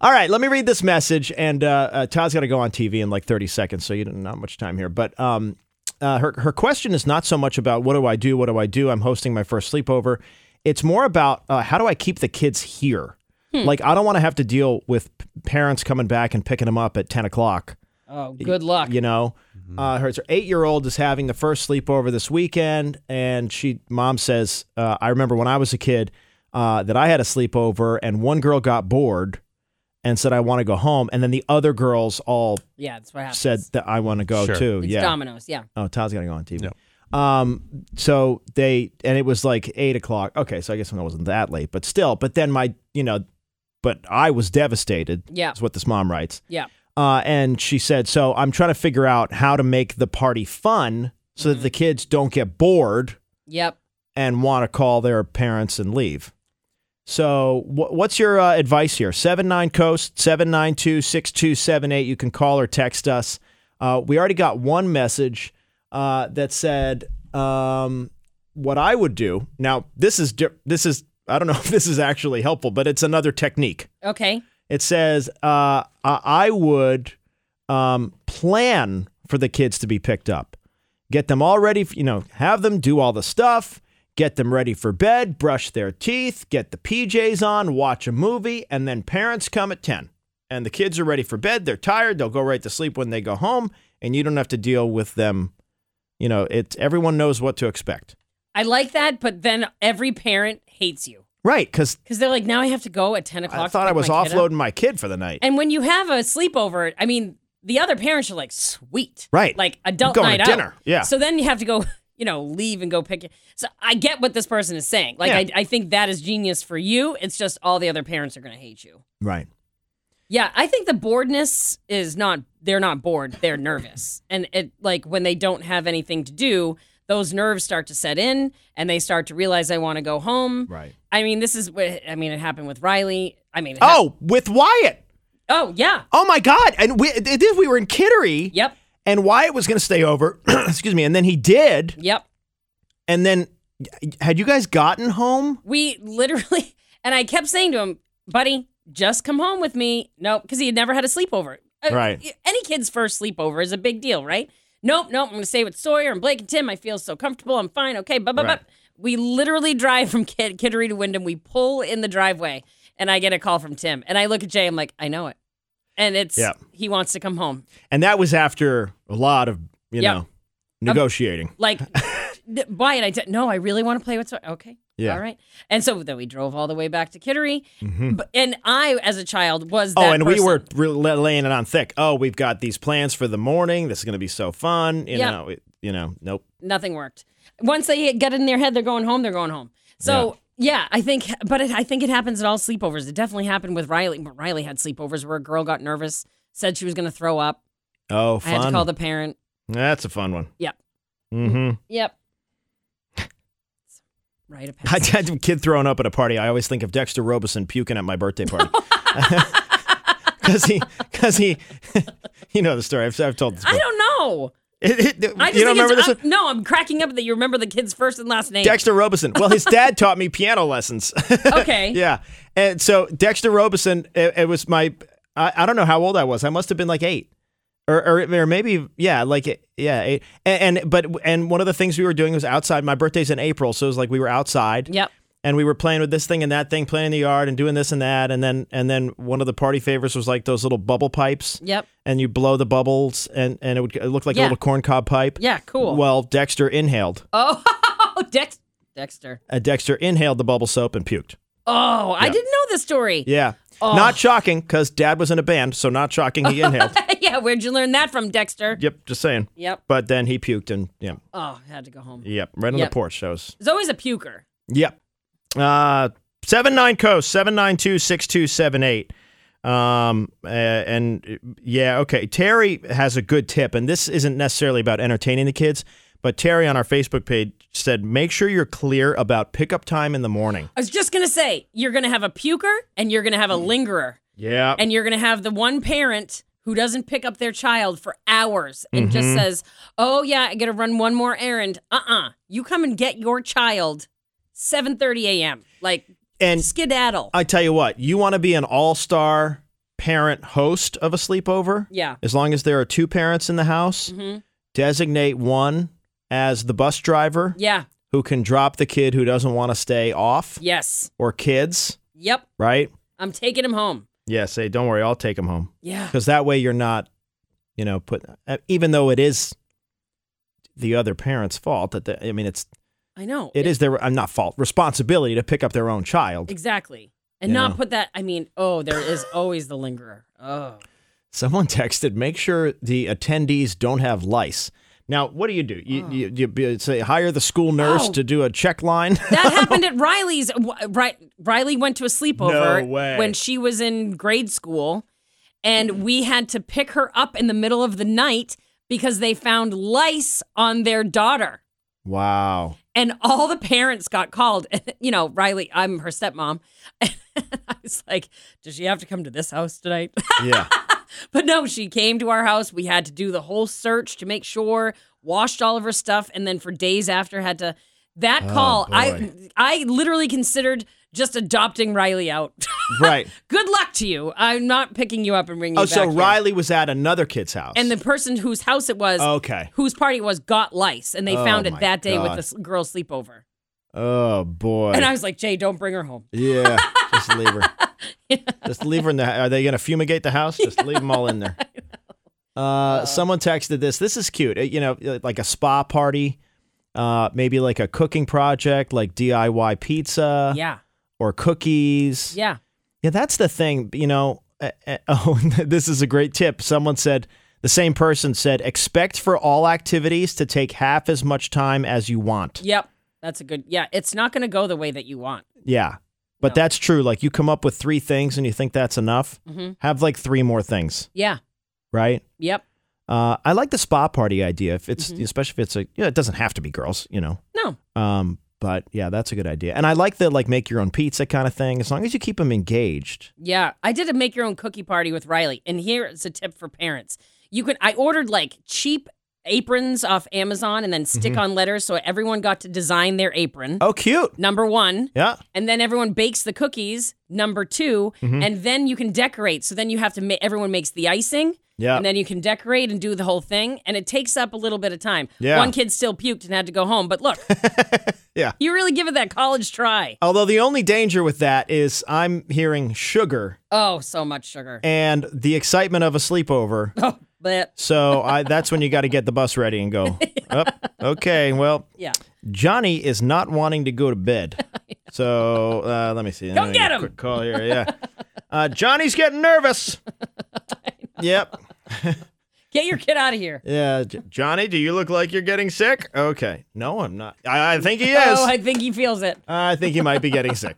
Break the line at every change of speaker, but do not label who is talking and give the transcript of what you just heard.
All right, let me read this message. And uh, uh, Todd's got to go on TV in like 30 seconds, so you don't not much time here. But um, uh, her her question is not so much about what do I do, what do I do. I'm hosting my first sleepover. It's more about uh, how do I keep the kids here. Like I don't want to have to deal with p- parents coming back and picking them up at 10 o'clock.
Oh, good luck.
You know, uh, her, eight year old is having the first sleepover this weekend, and she mom says, uh, "I remember when I was a kid uh, that I had a sleepover, and one girl got bored and said I want to go home, and then the other girls all
Yeah, that's what happens.
said that I want to go
Sure.
too.
it's
yeah,
dominoes. Yeah.
oh, Todd's got to go on TV. Um, so they and it was like eight o'clock. Okay, so I guess it wasn't that late, but still. But then my, you know, but I was devastated.
Yeah.
is what this mom writes.
Yeah.
Uh, and she said, So I'm trying to figure out how to make the party fun so that the kids don't get bored
Yep.
and want to call their parents and leave. So, wh- what's your uh, advice here? 79 Coast, 792 6278. You can call or text us. Uh, we already got one message uh, that said, um, What I would do. Now, this is, di- this is, I don't know if this is actually helpful, but it's another technique.
Okay.
It says, uh, I- I would um, plan for the kids to be picked up, get them all ready, f- you know, have them do all the stuff, get them ready for bed, brush their teeth, get the PJs on, watch a movie, and then parents come at 10. And the kids are ready for bed. They're tired. They'll go right to sleep when they go home, and you don't have to deal with them. You know, it's everyone knows what to expect.
I like that, but then every parent hates you
Right. Because
because they're like, now I have to go at 10 o'clock.
I
to
thought I
pick
was
my kid up."
offloading my kid for the night.
And when you have a sleepover, I mean, the other parents are like, sweet.
Right.
Like adult
Going to
night
dinner.
Out.
Yeah.
So then you have to go, you know, leave and go pick it. So I get what this person is saying. Like,
Yeah.
I, I think that is genius for you. It's just all the other parents are going to hate you.
Right.
Yeah, I think the boredness is not they're not bored, they're nervous. And it like when they don't have anything to do, those nerves start to set in and they start to realize I want to go home.
Right.
I mean, this is what I mean, it happened with Riley. I mean, it hap-
Oh, with Wyatt.
oh, yeah.
Oh my God! And we it is we were in Kittery.
Yep.
And Wyatt was going to stay over. excuse me. And then he did.
Yep.
And then had you guys gotten home?
We literally and I kept saying to him, "Buddy, just come home with me." No, cuz he had never had a sleepover. Uh,
Right.
Any kid's first sleepover is a big deal, right? Nope, nope. I'm going to stay with Sawyer and Blake and Tim. I feel so comfortable. I'm fine. Okay, blah, blah,
Right.
blah. We literally drive from Kid- Kittery to Wyndham. We pull in the driveway, and I get a call from Tim. And I look at Jay. I'm like, I know it. And it's
Yeah.
he wants to come home.
And that was after a lot of you
Yeah. Um,
know negotiating.
Like, th- Wyatt, I did no, I really want to play with. Sawyer. Okay,
Yeah. Mm-hmm.
all right. And so then we drove all the way back to Kittery. But, and I, as a child, was that
oh, and we
person.
were re- la- laying it on thick. Oh, we've got these plans for the morning. This is going to be so fun. You
Yeah.
know. It, you know. Nope.
nothing worked. Once they get in their head, they're going home. They're going home. So yeah, I think, but it, I think it happens at all sleepovers. It definitely happened with Riley. But Riley had sleepovers where a girl got nervous, said she was going to throw up.
Oh,
I
fun.
had to call the parent.
That's a fun one.
Yep.
Mm-hmm.
Yep. right. A
I
pass.
had a kid throwing up at a party. I always think of Dexter Robeson puking at my birthday party. Because he, because he, you know the story. I've, I've told this.
I
before.
don't know.
It- it-
I just
you don't
think
remember
it's,
this?
I'm-
one?
no, I'm cracking up that you remember the kid's first and last name.
Dexter Robeson. Well, his dad taught me piano lessons.
Okay.
yeah, and so Dexter Robeson. It, it was my. I, I don't know how old I was. I must have been like eight, or or, or maybe yeah, like yeah. Eight. And, and but and one of the things we were doing was outside. My birthday's in April, so it was like we were outside.
Yep.
and we were playing with this thing and that thing, playing in the yard and doing this and that, and then and then one of the party favors was like those little bubble pipes.
Yep.
And you blow the bubbles, and and it would it looked like
Yeah.
a little corncob pipe.
Yeah. Cool.
Well, Dexter inhaled.
oh, Dex- Dexter.
Uh, Dexter inhaled the bubble soap and puked.
Oh, I didn't know this story.
Yeah.
Oh.
Not shocking, because Dad was in a band, so not shocking he inhaled.
yeah. Where'd you learn that from, Dexter?
yep, just saying.
Yep.
But then he puked, and yeah,
Oh, I had to go home.
yep, right on
Yep.
the porch. That was
There's always a puker.
Yep. Uh, 79 Coast, 792 6278. Um, uh, and uh, yeah, okay. Terry has a good tip, and this isn't necessarily about entertaining the kids, but Terry on our Facebook page said, make sure you're clear about pickup time in the morning.
I was just gonna say you're gonna have a puker and you're gonna have
Mm.
a lingerer,
Yeah.
and you're gonna have the one parent who doesn't pick up their child for hours and just
Mm-hmm.
says, "Oh yeah, I gotta run one more errand." Uh-uh. You come and get your child, 7:30 a.m. Like
and
skedaddle.
I tell you what, you want to be an all star parent host of a sleepover.
Yeah. Mm-hmm.
As long as there are two parents in the house, designate one as the bus driver
Yeah.
who can drop the kid who doesn't want to stay off
Yes.
or kids,
Yep.
right?
I'm taking him home.
Yeah, say, don't worry, I'll take him home.
Yeah.
Because that way you're not, you know, put, uh, even though it is the other parent's fault, that the, I mean, it's,
I know.
it is their, I'm not fault, responsibility to pick up their own child.
Exactly. And
You
not
know.
put that. I mean, oh, there is always the lingerer. Oh.
Someone texted, make sure the attendees don't have lice. Now, what do you do? You, you, you, be- say hire the school nurse
Oh.
to do a check line.
That happened at Riley's. Wh- Ri- Riley went to a sleepover
No way.
when she was in grade school, and we had to pick her up in the middle of the night because they found lice on their daughter.
wow.
And all the parents got called. You know, Riley, I'm her stepmom. And I was like, does she have to come to this house tonight?
Yeah.
But no, she came to our house. We had to do the whole search to make sure, washed all of her stuff, and then for days after had to that
Oh,
call. I
boy.
I literally considered just adopting Riley out.
right.
Good luck to you. I'm not picking you up and bringing
Oh,
you back.
so
here.
Riley was at another kid's house.
and the person whose house it was,
Okay.
whose party it was, got lice, and they
Oh,
found
my
it that day with
God.
this girl sleepover.
Oh boy.
And I was like, Jay, don't bring her home.
yeah. Just leave her. Just leave her in the. Are they gonna fumigate the house? Just leave them all in there. Uh, someone texted this. This is cute. Uh, You know, uh, like a spa party, uh, maybe like a cooking project, like DIY pizza
Yeah,
or cookies.
yeah.
Yeah, that's the thing. You know, uh, uh, oh, this is a great tip. Someone said, the same person said, expect for all activities to take half as much time as you want.
Yep. That's a good. Yeah, it's not going to go the way that you want.
Yeah. But
No.
that's true. Like you come up with three things and you think that's enough.
hmm
Have like three more things,
Yeah.
right?
Yep.
Uh, I like the spa party idea. If it's especially if it's a yeah, it doesn't have to be girls, you know.
Mm-hmm. No.
Um, but yeah, that's a good idea. And I like the like make your own pizza kind of thing. As long as you keep them engaged.
Yeah, I did a make your own cookie party with Riley, and here's a tip for parents. You can I ordered like cheap aprons off Amazon and then stick on letters so everyone got to design their apron.
Mm-hmm. Oh, cute.
Number 1,
Yeah.
and then everyone bakes the cookies, number 2,
Mm-hmm.
and then you can decorate. So then you have to make everyone makes the icing.
Yeah.
And then you can decorate and do the whole thing, and it takes up a little bit of time.
Yeah.
One kid still puked and had to go home, but look.
Yeah.
You really give it that college try.
Although the only danger with that is I'm hearing sugar
Oh, so much sugar.
and the excitement of a sleepover.
Oh, but
So I that's when you got to get the bus ready and go. Up. okay, well,
yeah.
Johnny is not wanting to go to bed. So uh, let me see. Go
get him.
Quick call here. Yeah. Uh, Johnny's getting nervous. Yep.
Get your kid out of here.
Yeah. J- Johnny, do you look like you're getting sick? Okay. No, I'm not. I, I think he is.
Oh,
I-,
I think he feels it.
I think he might be getting sick.